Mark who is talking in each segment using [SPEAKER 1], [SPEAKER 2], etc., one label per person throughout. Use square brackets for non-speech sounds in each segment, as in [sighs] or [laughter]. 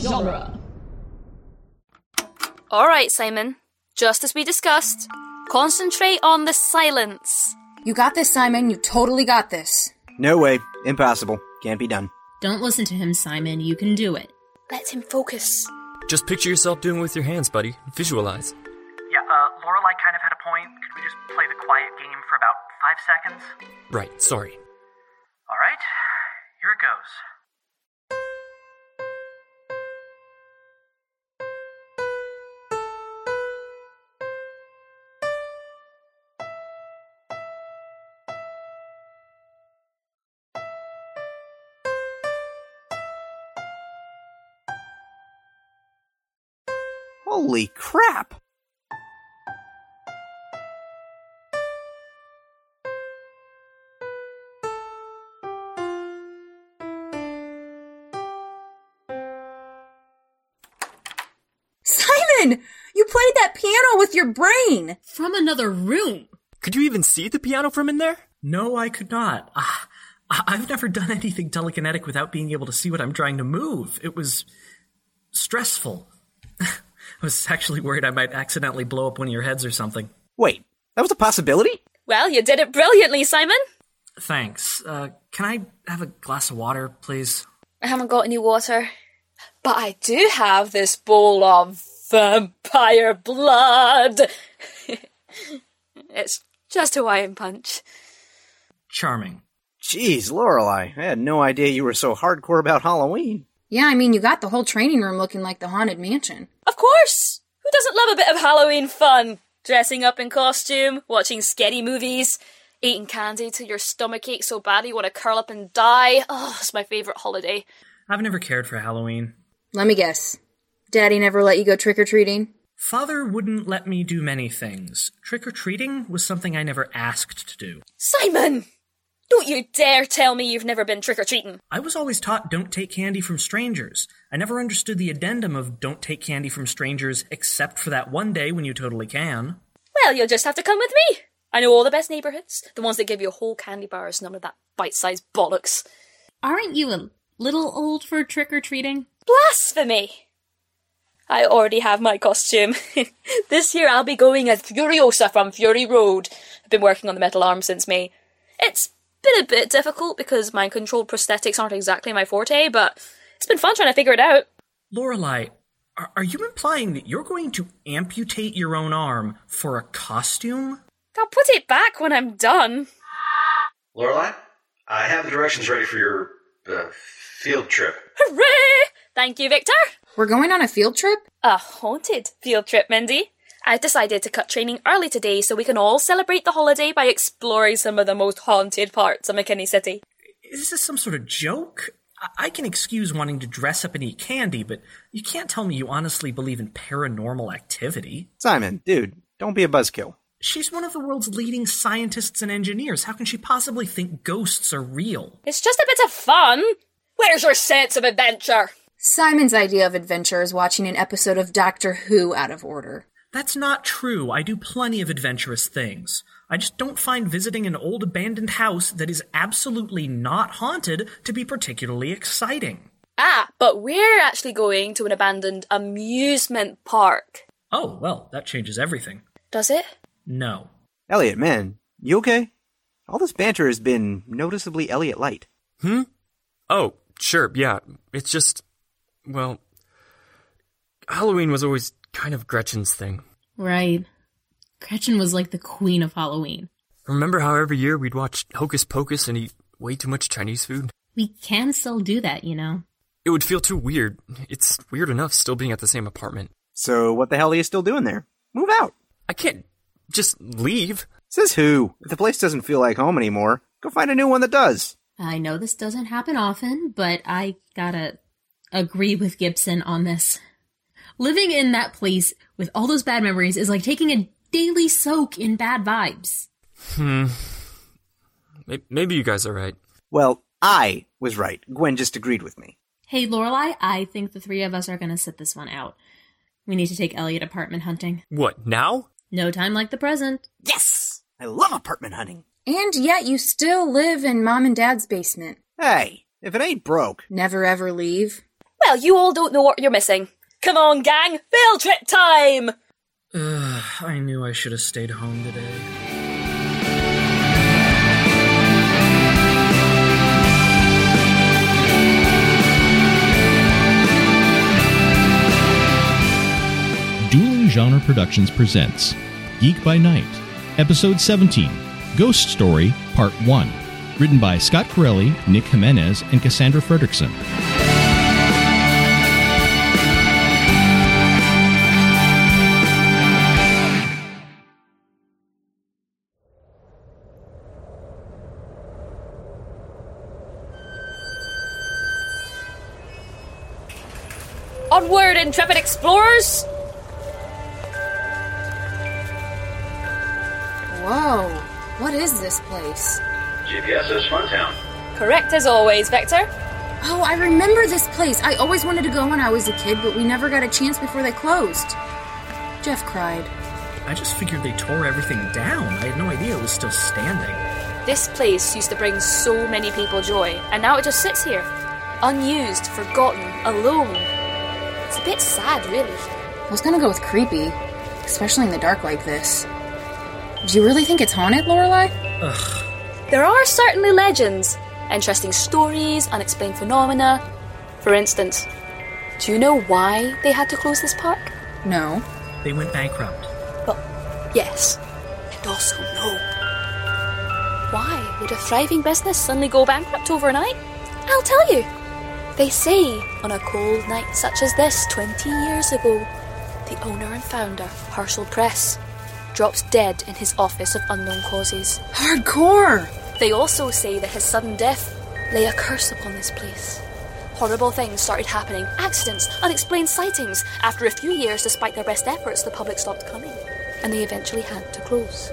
[SPEAKER 1] genre.
[SPEAKER 2] All right, Simon. Just as we discussed, concentrate on the silence.
[SPEAKER 3] You got this, Simon. You totally got this. [laughs]
[SPEAKER 4] No way. Impossible. Can't be done.
[SPEAKER 1] Don't listen to him, Simon. You can do it.
[SPEAKER 2] Let him focus.
[SPEAKER 5] Just picture yourself doing it with your hands, buddy. Visualize.
[SPEAKER 6] Yeah, uh, Lorelai kind of had a point. Could we just play the quiet game for about five seconds?
[SPEAKER 5] Right, sorry.
[SPEAKER 6] All right, here it goes.
[SPEAKER 4] Holy crap!
[SPEAKER 3] Simon! You played that piano with your brain!
[SPEAKER 1] From another room.
[SPEAKER 5] Could you even see the piano from in there?
[SPEAKER 7] No, I could not. Ah, I- I've never done anything telekinetic without being able to see what I'm trying to move. It was stressful. [laughs] I was actually worried I might accidentally blow up one of your heads or something.
[SPEAKER 4] Wait, that was a possibility?
[SPEAKER 2] Well, you did it brilliantly, Simon.
[SPEAKER 7] Thanks. Uh, can I have a glass of water, please?
[SPEAKER 2] I haven't got any water. But I do have this bowl of vampire blood. [laughs] it's just Hawaiian punch.
[SPEAKER 7] Charming.
[SPEAKER 4] Jeez, Lorelei, I had no idea you were so hardcore about Halloween.
[SPEAKER 3] Yeah, I mean, you got the whole training room looking like the Haunted Mansion.
[SPEAKER 2] Of course! Who doesn't love a bit of Halloween fun? Dressing up in costume, watching scary movies, eating candy till your stomach aches so bad you want to curl up and die. Oh, it's my favourite holiday.
[SPEAKER 7] I've never cared for Halloween.
[SPEAKER 3] Let me guess. Daddy never let you go trick or treating?
[SPEAKER 7] Father wouldn't let me do many things. Trick or treating was something I never asked to do.
[SPEAKER 2] Simon! Don't you dare tell me you've never been trick or treating.
[SPEAKER 7] I was always taught don't take candy from strangers. I never understood the addendum of don't take candy from strangers except for that one day when you totally can.
[SPEAKER 2] Well, you'll just have to come with me. I know all the best neighbourhoods, the ones that give you whole candy bars, none of that bite sized bollocks.
[SPEAKER 1] Aren't you a little old for trick or treating?
[SPEAKER 2] Blasphemy! I already have my costume. [laughs] this year I'll be going as Furiosa from Fury Road. I've been working on the metal arm since May. It's been a bit difficult because mind controlled prosthetics aren't exactly my forte, but it's been fun trying to figure it out.
[SPEAKER 7] Lorelai, are, are you implying that you're going to amputate your own arm for a costume?
[SPEAKER 2] I'll put it back when I'm done.
[SPEAKER 8] Lorelai, I have the directions ready for your uh, field trip.
[SPEAKER 2] Hooray! Thank you, Victor.
[SPEAKER 3] We're going on a field trip?
[SPEAKER 2] A haunted field trip, Mindy. I decided to cut training early today so we can all celebrate the holiday by exploring some of the most haunted parts of McKinney City.
[SPEAKER 7] Is this some sort of joke? I, I can excuse wanting to dress up and eat candy, but you can't tell me you honestly believe in paranormal activity.
[SPEAKER 4] Simon, dude, don't be a buzzkill.
[SPEAKER 7] She's one of the world's leading scientists and engineers. How can she possibly think ghosts are real?
[SPEAKER 2] It's just a bit of fun. Where's your sense of adventure?
[SPEAKER 3] Simon's idea of adventure is watching an episode of Doctor Who out of order.
[SPEAKER 7] That's not true. I do plenty of adventurous things. I just don't find visiting an old abandoned house that is absolutely not haunted to be particularly exciting.
[SPEAKER 2] Ah, but we're actually going to an abandoned amusement park.
[SPEAKER 7] Oh, well, that changes everything.
[SPEAKER 2] Does it?
[SPEAKER 7] No.
[SPEAKER 4] Elliot, man, you okay? All this banter has been noticeably Elliot light.
[SPEAKER 5] Hmm? Oh, sure, yeah. It's just. Well. Halloween was always kind of Gretchen's thing.
[SPEAKER 1] Right. Gretchen was like the queen of Halloween.
[SPEAKER 5] Remember how every year we'd watch Hocus Pocus and eat way too much Chinese food?
[SPEAKER 1] We can still do that, you know.
[SPEAKER 5] It would feel too weird. It's weird enough still being at the same apartment.
[SPEAKER 4] So what the hell are you still doing there? Move out.
[SPEAKER 5] I can't just leave.
[SPEAKER 4] Says who? If the place doesn't feel like home anymore, go find a new one that does.
[SPEAKER 1] I know this doesn't happen often, but I gotta agree with Gibson on this. Living in that place with all those bad memories is like taking a daily soak in bad vibes.
[SPEAKER 5] Hmm. May- Maybe you guys are right.
[SPEAKER 4] Well, I was right. Gwen just agreed with me.
[SPEAKER 1] Hey, Lorelai, I think the three of us are gonna sit this one out. We need to take Elliot apartment hunting.
[SPEAKER 5] What, now?
[SPEAKER 1] No time like the present.
[SPEAKER 4] Yes! I love apartment hunting.
[SPEAKER 3] And yet you still live in mom and dad's basement.
[SPEAKER 4] Hey, if it ain't broke.
[SPEAKER 3] Never ever leave.
[SPEAKER 2] Well, you all don't know what you're missing. Come on, gang, field trip time!
[SPEAKER 7] I knew I should have stayed home today.
[SPEAKER 9] Dueling Genre Productions presents Geek by Night, Episode 17 Ghost Story, Part 1. Written by Scott Corelli, Nick Jimenez, and Cassandra Fredrickson.
[SPEAKER 2] Onward, intrepid explorers!
[SPEAKER 3] Whoa. What is this place?
[SPEAKER 8] GPS is Funtown.
[SPEAKER 2] Correct as always, Victor.
[SPEAKER 3] Oh, I remember this place. I always wanted to go when I was a kid, but we never got a chance before they closed. Jeff cried.
[SPEAKER 7] I just figured they tore everything down. I had no idea it was still standing.
[SPEAKER 2] This place used to bring so many people joy, and now it just sits here. Unused, forgotten, alone. It's a bit sad, really.
[SPEAKER 3] I was gonna go with creepy, especially in the dark like this. Do you really think it's haunted, Lorelai?
[SPEAKER 2] There are certainly legends, interesting stories, unexplained phenomena. For instance, do you know why they had to close this park?
[SPEAKER 3] No.
[SPEAKER 7] They went bankrupt.
[SPEAKER 2] Well, yes, and also no. Why would a thriving business suddenly go bankrupt overnight? I'll tell you. They say on a cold night such as this 20 years ago, the owner and founder, Herschel Press, drops dead in his office of unknown causes.
[SPEAKER 3] Hardcore!
[SPEAKER 2] They also say that his sudden death lay a curse upon this place. Horrible things started happening accidents, unexplained sightings. After a few years, despite their best efforts, the public stopped coming, and they eventually had to close.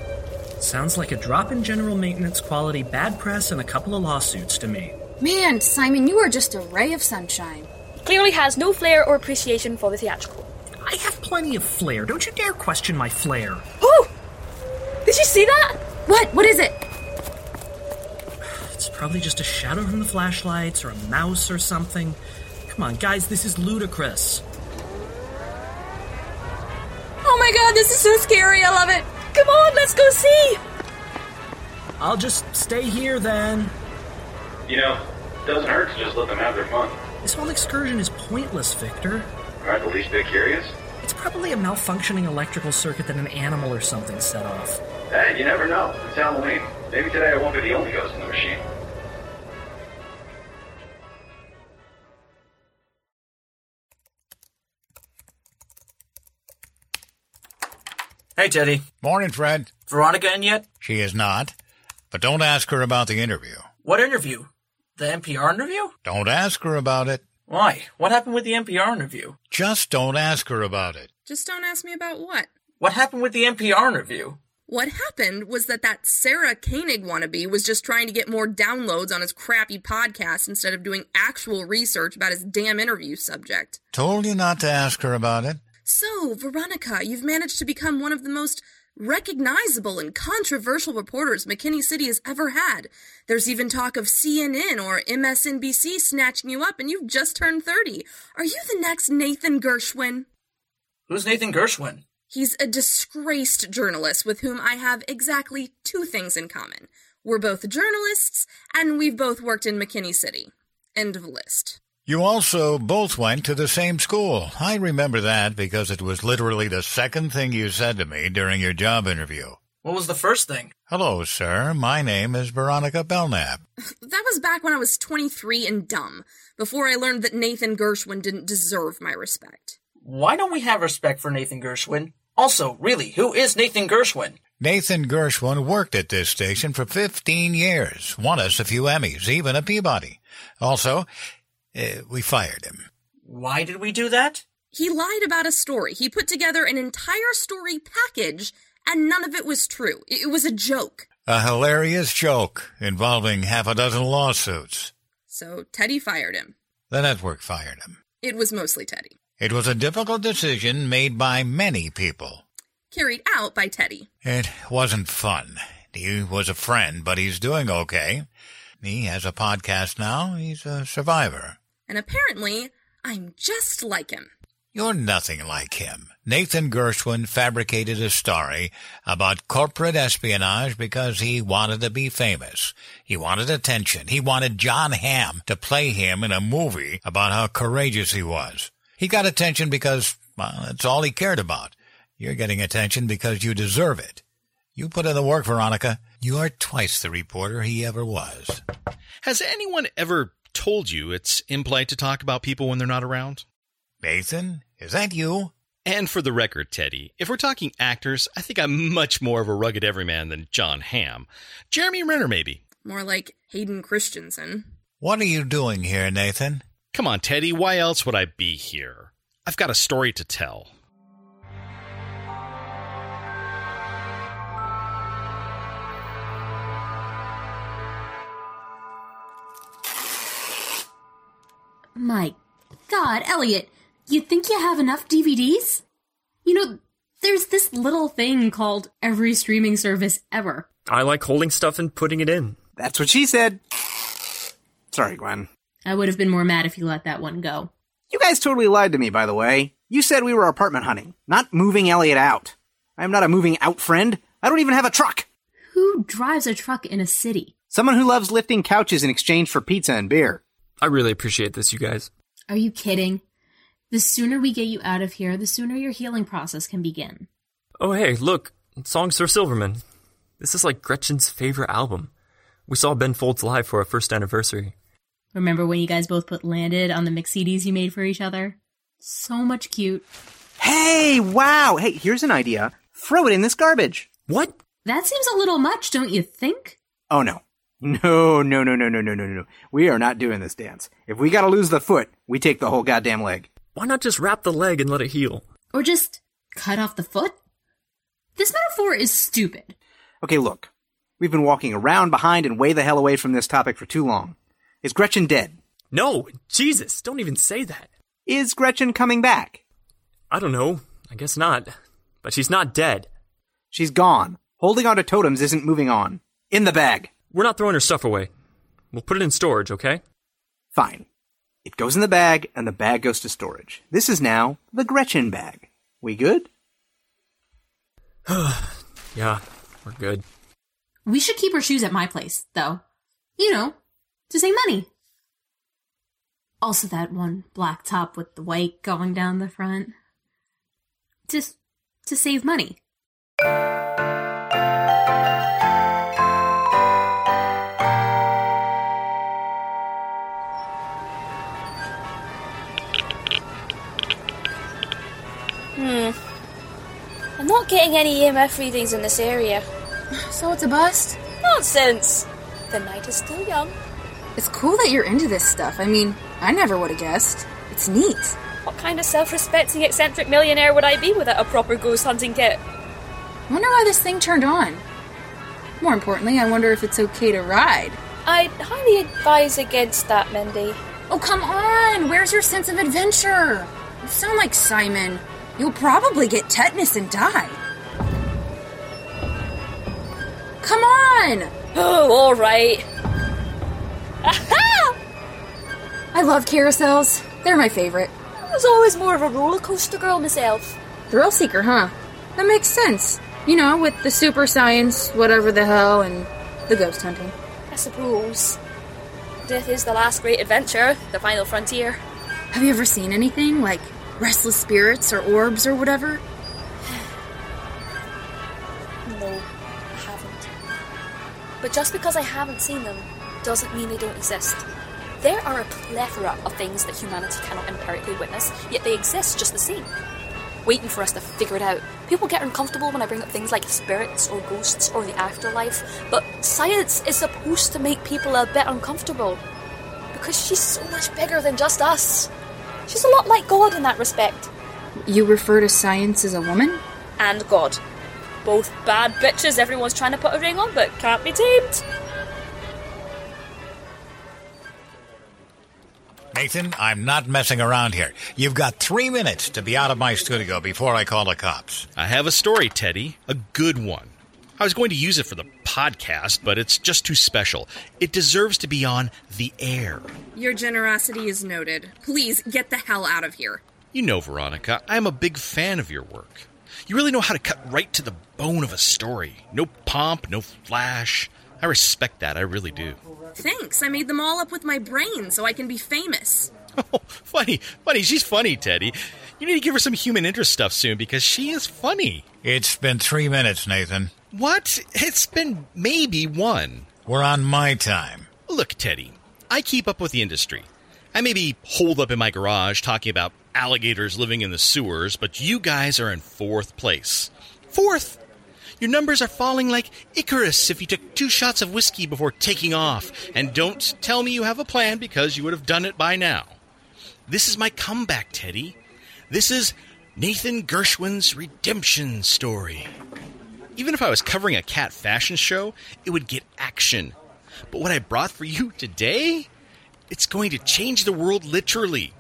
[SPEAKER 7] Sounds like a drop in general maintenance quality, bad press, and a couple of lawsuits to me.
[SPEAKER 3] Man, Simon, you are just a ray of sunshine.
[SPEAKER 2] Clearly has no flair or appreciation for the theatrical.
[SPEAKER 7] I have plenty of flair. Don't you dare question my flair.
[SPEAKER 2] Oh! Did you see that?
[SPEAKER 3] What? What is it?
[SPEAKER 7] It's probably just a shadow from the flashlights or a mouse or something. Come on, guys, this is ludicrous.
[SPEAKER 3] Oh my god, this is so scary. I love it.
[SPEAKER 2] Come on, let's go see!
[SPEAKER 7] I'll just stay here then.
[SPEAKER 8] You know, doesn't hurt to just let them have their fun.
[SPEAKER 7] This whole excursion is pointless, Victor.
[SPEAKER 8] Aren't the least bit curious?
[SPEAKER 7] It's probably a malfunctioning electrical circuit that an animal or something set off.
[SPEAKER 8] Hey, Eh, you never know. It's Halloween. Maybe today I won't be the only ghost in the machine.
[SPEAKER 10] Hey, Teddy.
[SPEAKER 11] Morning, Fred.
[SPEAKER 10] Veronica in yet?
[SPEAKER 11] She is not. But don't ask her about the interview.
[SPEAKER 10] What interview? The NPR interview?
[SPEAKER 11] Don't ask her about it.
[SPEAKER 10] Why? What happened with the NPR interview?
[SPEAKER 11] Just don't ask her about it.
[SPEAKER 3] Just don't ask me about what.
[SPEAKER 10] What happened with the NPR interview?
[SPEAKER 3] What happened was that that Sarah Koenig wannabe was just trying to get more downloads on his crappy podcast instead of doing actual research about his damn interview subject.
[SPEAKER 11] Told you not to ask her about it.
[SPEAKER 3] So, Veronica, you've managed to become one of the most recognizable and controversial reporters McKinney City has ever had. There's even talk of CNN or MSNBC snatching you up, and you've just turned 30. Are you the next Nathan Gershwin?
[SPEAKER 10] Who's Nathan Gershwin?
[SPEAKER 3] He's a disgraced journalist with whom I have exactly two things in common. We're both journalists, and we've both worked in McKinney City. End of list.
[SPEAKER 11] You also both went to the same school. I remember that because it was literally the second thing you said to me during your job interview.
[SPEAKER 10] What was the first thing?
[SPEAKER 11] Hello, sir. My name is Veronica Belknap.
[SPEAKER 3] That was back when I was 23 and dumb, before I learned that Nathan Gershwin didn't deserve my respect.
[SPEAKER 10] Why don't we have respect for Nathan Gershwin? Also, really, who is Nathan Gershwin?
[SPEAKER 11] Nathan Gershwin worked at this station for 15 years, won us a few Emmys, even a Peabody. Also, eh, we fired him.
[SPEAKER 10] Why did we do that?
[SPEAKER 3] He lied about a story. He put together an entire story package, and none of it was true. It it was a joke.
[SPEAKER 11] A hilarious joke involving half a dozen lawsuits.
[SPEAKER 3] So Teddy fired him.
[SPEAKER 11] The network fired him.
[SPEAKER 3] It was mostly Teddy.
[SPEAKER 11] It was a difficult decision made by many people.
[SPEAKER 3] Carried out by Teddy.
[SPEAKER 11] It wasn't fun. He was a friend, but he's doing okay. He has a podcast now. He's a survivor.
[SPEAKER 3] And apparently, I'm just like him.
[SPEAKER 11] You're nothing like him. Nathan Gershwin fabricated a story about corporate espionage because he wanted to be famous. He wanted attention. He wanted John Hamm to play him in a movie about how courageous he was. He got attention because, well, that's all he cared about. You're getting attention because you deserve it. You put in the work, Veronica. You are twice the reporter he ever was.
[SPEAKER 9] Has anyone ever told you it's impolite to talk about people when they're not around?
[SPEAKER 11] Nathan, is that you?
[SPEAKER 9] And for the record, Teddy, if we're talking actors, I think I'm much more of a rugged everyman than John Hamm. Jeremy Renner, maybe.
[SPEAKER 3] More like Hayden Christensen.
[SPEAKER 11] What are you doing here, Nathan?
[SPEAKER 9] Come on, Teddy, why else would I be here? I've got a story to tell.
[SPEAKER 1] My God, Elliot, you think you have enough DVDs? You know, there's this little thing called every streaming service ever.
[SPEAKER 5] I like holding stuff and putting it in.
[SPEAKER 4] That's what she said. Sorry, Gwen.
[SPEAKER 1] I would have been more mad if you let that one go.
[SPEAKER 4] You guys totally lied to me, by the way. You said we were apartment hunting, not moving Elliot out. I am not a moving out friend. I don't even have a truck.
[SPEAKER 1] Who drives a truck in a city?
[SPEAKER 4] Someone who loves lifting couches in exchange for pizza and beer.
[SPEAKER 5] I really appreciate this, you guys.
[SPEAKER 1] Are you kidding? The sooner we get you out of here, the sooner your healing process can begin.
[SPEAKER 5] Oh, hey, look, Songs for Silverman. This is like Gretchen's favorite album. We saw Ben Folds live for our first anniversary.
[SPEAKER 1] Remember when you guys both put landed on the mix CDs you made for each other? So much cute.
[SPEAKER 4] Hey, wow. Hey, here's an idea. Throw it in this garbage.
[SPEAKER 5] What?
[SPEAKER 1] That seems a little much, don't you think?
[SPEAKER 4] Oh, no. No, no, no, no, no, no, no, no. We are not doing this dance. If we gotta lose the foot, we take the whole goddamn leg.
[SPEAKER 5] Why not just wrap the leg and let it heal?
[SPEAKER 1] Or just cut off the foot? This metaphor is stupid.
[SPEAKER 4] Okay, look. We've been walking around, behind, and way the hell away from this topic for too long. Is Gretchen dead?
[SPEAKER 5] No, Jesus, don't even say that.
[SPEAKER 4] Is Gretchen coming back?
[SPEAKER 5] I don't know. I guess not. But she's not dead.
[SPEAKER 4] She's gone. Holding on to totems isn't moving on. In the bag.
[SPEAKER 5] We're not throwing her stuff away. We'll put it in storage, okay?
[SPEAKER 4] Fine. It goes in the bag, and the bag goes to storage. This is now the Gretchen bag. We good?
[SPEAKER 5] yeah, we're good.
[SPEAKER 1] We should keep her shoes at my place, though. You know, to save money. Also, that one black top with the white going down the front. Just to save money.
[SPEAKER 2] Hmm. I'm not getting any EMF readings in this
[SPEAKER 3] [sighs]
[SPEAKER 2] area.
[SPEAKER 12] So it's a bust?
[SPEAKER 2] Nonsense! The night is still young.
[SPEAKER 12] It's cool that you're into this stuff. I mean, I never would have guessed. It's neat.
[SPEAKER 2] What kind of self respecting eccentric millionaire would I be without a proper ghost hunting kit?
[SPEAKER 12] Wonder why this thing turned on. More importantly, I wonder if it's okay to ride.
[SPEAKER 2] I highly advise against that, Mindy.
[SPEAKER 12] Oh, come on! Where's your sense of adventure? You sound like Simon. You'll probably get tetanus and die. Come on!
[SPEAKER 2] Oh, alright.
[SPEAKER 12] Aha! I love carousels. They're my favorite.
[SPEAKER 2] I was always more of a roller coaster girl myself.
[SPEAKER 12] Thrill seeker, huh? That makes sense. You know, with the super science, whatever the hell, and the ghost hunting.
[SPEAKER 2] I suppose. Death is the last great adventure, the final frontier.
[SPEAKER 12] Have you ever seen anything like restless spirits or orbs or whatever?
[SPEAKER 2] No, I haven't. But just because I haven't seen them doesn't mean they don't exist. There are a plethora of things that humanity cannot empirically witness, yet they exist just the same. Waiting for us to figure it out. People get uncomfortable when I bring up things like spirits or ghosts or the afterlife, but science is supposed to make people a bit uncomfortable. Because she's so much bigger than just us. She's a lot like God in that respect.
[SPEAKER 12] You refer to science as a
[SPEAKER 2] [sighs]
[SPEAKER 12] woman? [sighs]
[SPEAKER 2] And God. Both bad bitches everyone's trying to put a ring on but can't be tamed.
[SPEAKER 11] Nathan, I'm not messing around here. You've got three minutes to be out of my studio before I call the cops.
[SPEAKER 9] I have a story, Teddy. A good one. I was going to use it for the
[SPEAKER 13] podcast, but it's just too special. It deserves to be on the air.
[SPEAKER 3] Your generosity is noted. Please get the hell out of here.
[SPEAKER 13] You know, Veronica, I'm a big fan of your work. You really know how to cut right to the bone of a story. No pomp, no flash. I respect that, I really do.
[SPEAKER 3] Thanks. I made them all up with my brain so I can be famous.
[SPEAKER 13] Funny, funny, she's funny, Teddy. You need to give her some human interest stuff soon because she is funny.
[SPEAKER 11] It's been three minutes, Nathan.
[SPEAKER 13] What? It's been maybe one.
[SPEAKER 11] We're on my time.
[SPEAKER 13] Look, Teddy, I keep up with the industry. I may be holed up in my garage talking about alligators living in the sewers, but you guys are in fourth place. Fourth! Your numbers are falling like Icarus if you took two shots of whiskey before taking off. And don't tell me you have a plan because you would have done it by now. This is my comeback, Teddy. This is Nathan Gershwin's redemption story. Even if I was covering a cat fashion show, it would get action. But what I brought for you today, it's going to change the world literally.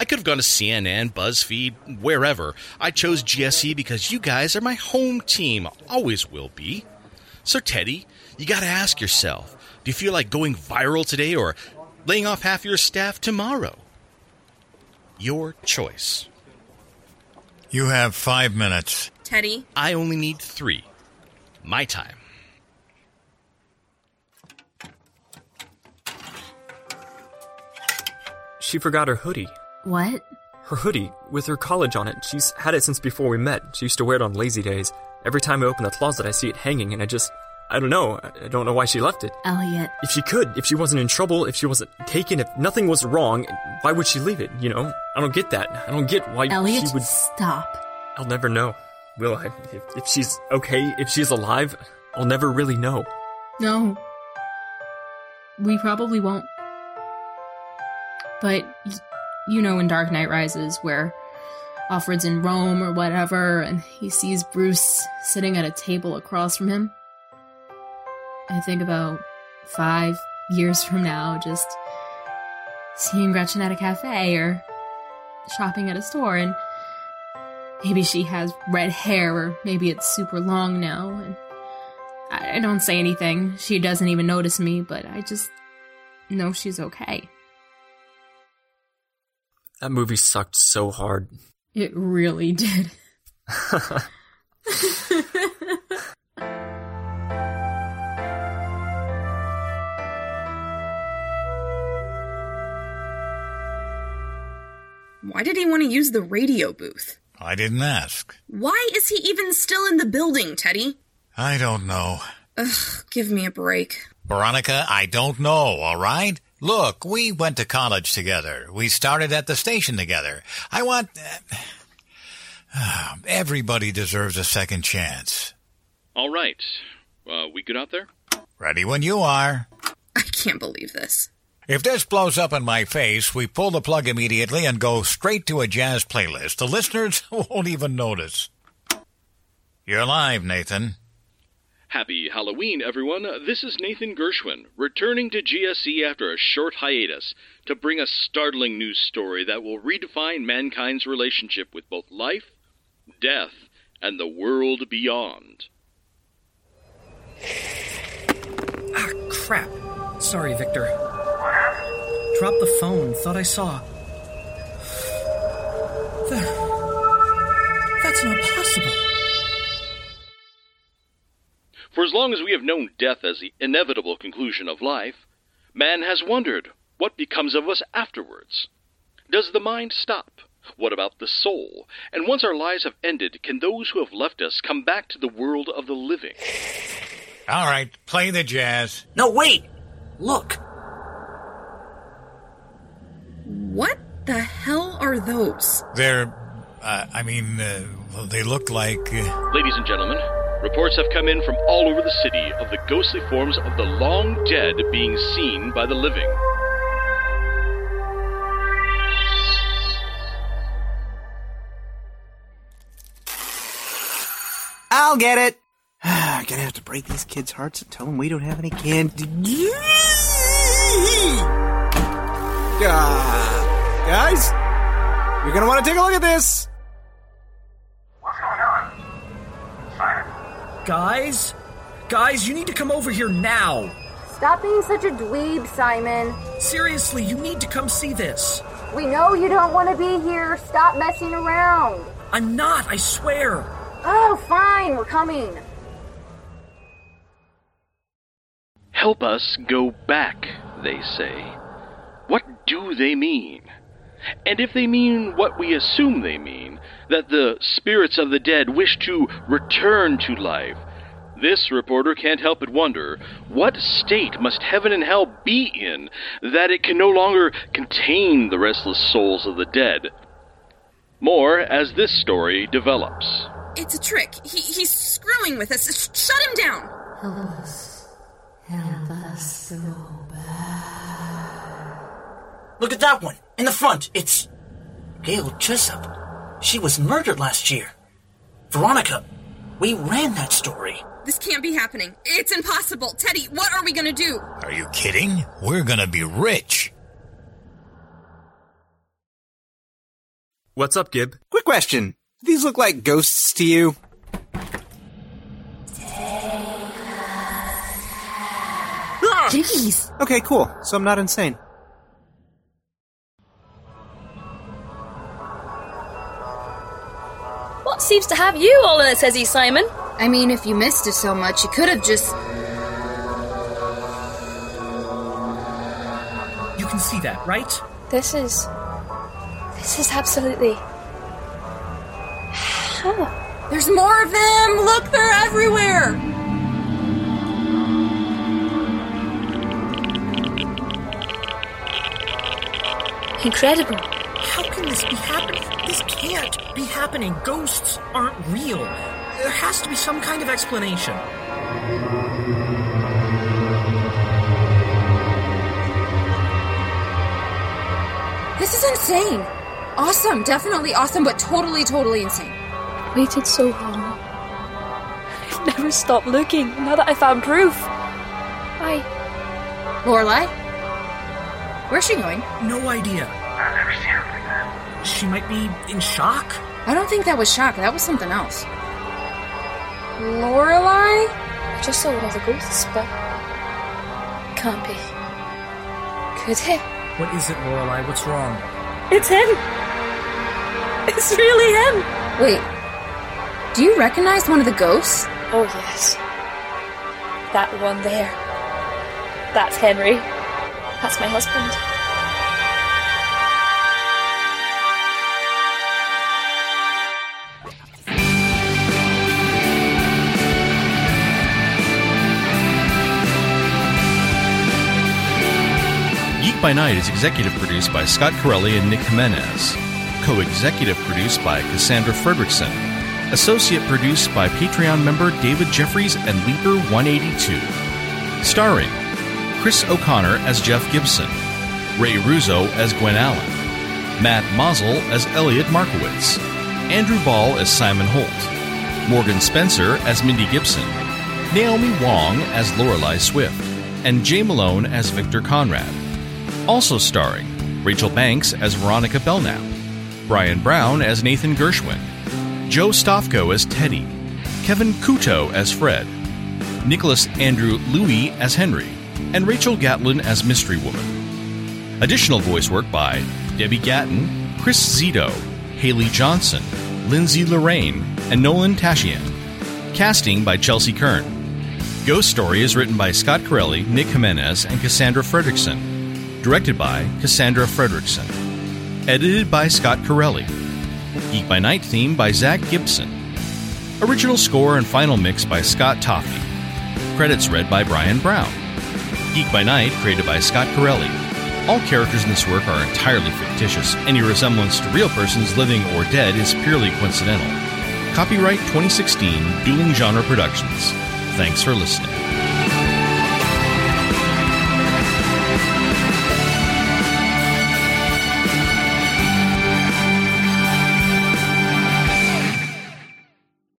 [SPEAKER 13] I could have gone to CNN, BuzzFeed, wherever. I chose GSE because you guys are my home team, always will be. So, Teddy, you got to ask yourself do you feel like going viral today or laying off half your staff tomorrow? Your choice.
[SPEAKER 11] You have five minutes.
[SPEAKER 3] Teddy,
[SPEAKER 13] I only need three. My time.
[SPEAKER 5] She forgot her hoodie.
[SPEAKER 14] What?
[SPEAKER 5] Her hoodie, with her college on it. She's had it since before we met. She used to wear it on lazy days. Every time I open the closet, I see it hanging, and I just. I don't know. I I don't know why she left it.
[SPEAKER 14] Elliot.
[SPEAKER 5] If she could, if she wasn't in trouble, if she wasn't taken, if nothing was wrong, why would she leave it, you know? I don't get that. I don't get why
[SPEAKER 14] Elliot,
[SPEAKER 5] she would.
[SPEAKER 14] stop.
[SPEAKER 5] I'll never know, will I? If, if she's okay, if she's alive, I'll never really know.
[SPEAKER 14] No. We probably won't. But y- you know, in Dark Knight Rises, where Alfred's in Rome or whatever, and he sees Bruce sitting at a table across from him. I think about five years from now, just seeing Gretchen at a cafe or shopping at a store, and maybe she has red hair, or maybe it's super long now, and I I don't say anything. She doesn't even notice me, but I just know she's okay.
[SPEAKER 5] That movie sucked so hard.
[SPEAKER 14] It really [laughs] did.
[SPEAKER 3] Why did he want to use the radio booth?
[SPEAKER 11] I didn't ask.
[SPEAKER 3] Why is he even still in the building, Teddy?
[SPEAKER 11] I don't know.
[SPEAKER 3] Ugh, give me a break.
[SPEAKER 11] Veronica, I don't know, all right? Look, we went to college together. We started at the station together. I want. uh, [sighs] Everybody deserves a second chance.
[SPEAKER 15] All right. Uh, we good out there?
[SPEAKER 11] Ready when you are.
[SPEAKER 3] I can't believe this.
[SPEAKER 11] If this blows up in my face, we pull the plug immediately and go straight to a jazz playlist. The listeners [laughs] won't even notice. You're live, Nathan.
[SPEAKER 15] Happy Halloween, everyone. This is Nathan Gershwin, returning to GSE after a short hiatus to bring a startling news story that will redefine mankind's relationship with both life, death, and the world beyond.
[SPEAKER 7] Crap. Sorry, Victor. Dropped the phone. Thought I saw. That- That's not possible.
[SPEAKER 15] For as long as we have known death as the inevitable conclusion of life, man has wondered what becomes of us afterwards. Does the mind stop? What about the soul? And once our lives have ended, can those who have left us come back to the world of the living?
[SPEAKER 11] All right, play the jazz.
[SPEAKER 12] No, wait! Look!
[SPEAKER 3] What the hell are those?
[SPEAKER 11] They're. Uh, I mean, uh, well, they look like. Uh,
[SPEAKER 15] Ladies and gentlemen, reports have come in from all over the city of the ghostly forms of the long dead being seen by the living.
[SPEAKER 4] I'll get it. [sighs] I'm gonna have to break these kids' hearts and tell them we don't have any [laughs] candy. Ah, guys, you're gonna want to take a look at this.
[SPEAKER 7] Guys? Guys, you need to come over here now.
[SPEAKER 12] Stop being such a dweeb, Simon.
[SPEAKER 7] Seriously, you need to come see this.
[SPEAKER 12] We know you don't want to be here. Stop messing around.
[SPEAKER 7] I'm not, I swear.
[SPEAKER 12] Oh, fine, we're coming.
[SPEAKER 16] Help us go back, they say. What do they mean? And if they mean what we assume they mean, that the spirits of the dead wish to return to life, this reporter can't help but wonder what state must heaven and hell be in that it can no longer contain the restless souls of the dead? More as this story develops.
[SPEAKER 3] It's a trick. He, he's screwing with us. Sh- shut him down.
[SPEAKER 17] Help us. Help us go
[SPEAKER 10] Look at that one in the front. It's Gail Jessup. She was murdered last year. Veronica, we ran that story.
[SPEAKER 3] This can't be happening. It's impossible. Teddy, what are we gonna do?
[SPEAKER 11] Are you kidding? We're going to be rich.
[SPEAKER 5] What's up, Gib?
[SPEAKER 4] Quick question. Do these look like ghosts to you?
[SPEAKER 1] Jeez.
[SPEAKER 4] Okay, cool. So I'm not insane.
[SPEAKER 2] What seems to have you all in its hezzy, Simon?
[SPEAKER 12] I mean, if you missed it so much, you could have just.
[SPEAKER 7] You can see that, right?
[SPEAKER 2] This is. This is absolutely.
[SPEAKER 12] There's more of them! Look, they're everywhere!
[SPEAKER 2] Incredible.
[SPEAKER 7] How can this be happening? This can't be happening. Ghosts aren't real. There has to be some kind of explanation.
[SPEAKER 12] This is insane! Awesome, definitely awesome, but totally, totally insane.
[SPEAKER 2] Waited so long. I've never stopped looking now that I found proof. I.
[SPEAKER 12] Lorelai? Where's she going?
[SPEAKER 7] No idea.
[SPEAKER 6] I've never seen her like that.
[SPEAKER 7] She might be in shock.
[SPEAKER 12] I don't think that was shock, that was something else. Lorelai?
[SPEAKER 2] I just saw one of the ghosts, but. Can't be. Could it?
[SPEAKER 7] What is it, Lorelai? What's wrong?
[SPEAKER 2] It's him! It's really him!
[SPEAKER 12] Wait, do you recognize one of the ghosts?
[SPEAKER 2] Oh, yes. That one there. That's Henry. That's my husband.
[SPEAKER 13] Geek by Night is executive produced by Scott Corelli and Nick Jimenez, co executive produced by Cassandra Fredrickson, associate produced by Patreon member David Jeffries and Leaper182, starring Chris O'Connor as Jeff Gibson, Ray Russo as Gwen Allen, Matt Mazel as Elliot Markowitz, Andrew Ball as Simon Holt, Morgan Spencer as Mindy Gibson, Naomi Wong as Lorelei Swift, and Jay Malone as Victor Conrad also starring Rachel Banks as Veronica Belknap, Brian Brown as Nathan Gershwin, Joe Stofko as Teddy, Kevin Kuto as Fred, Nicholas Andrew Louis as Henry, and Rachel Gatlin as Mystery Woman. Additional voice work by Debbie Gatton, Chris Zito, Haley Johnson, Lindsay Lorraine, and Nolan Tashian. Casting by Chelsea Kern. Ghost Story is written by Scott Corelli, Nick Jimenez, and Cassandra Fredrickson directed by Cassandra Fredrickson. Edited by Scott Corelli. Geek by Night theme by Zach Gibson. Original score and final mix by Scott Toffey. Credits read by Brian Brown. Geek by Night created by Scott Corelli. All characters in this work are entirely fictitious. Any resemblance to real persons living or dead is purely coincidental. Copyright 2016 Dueling Genre Productions. Thanks for listening.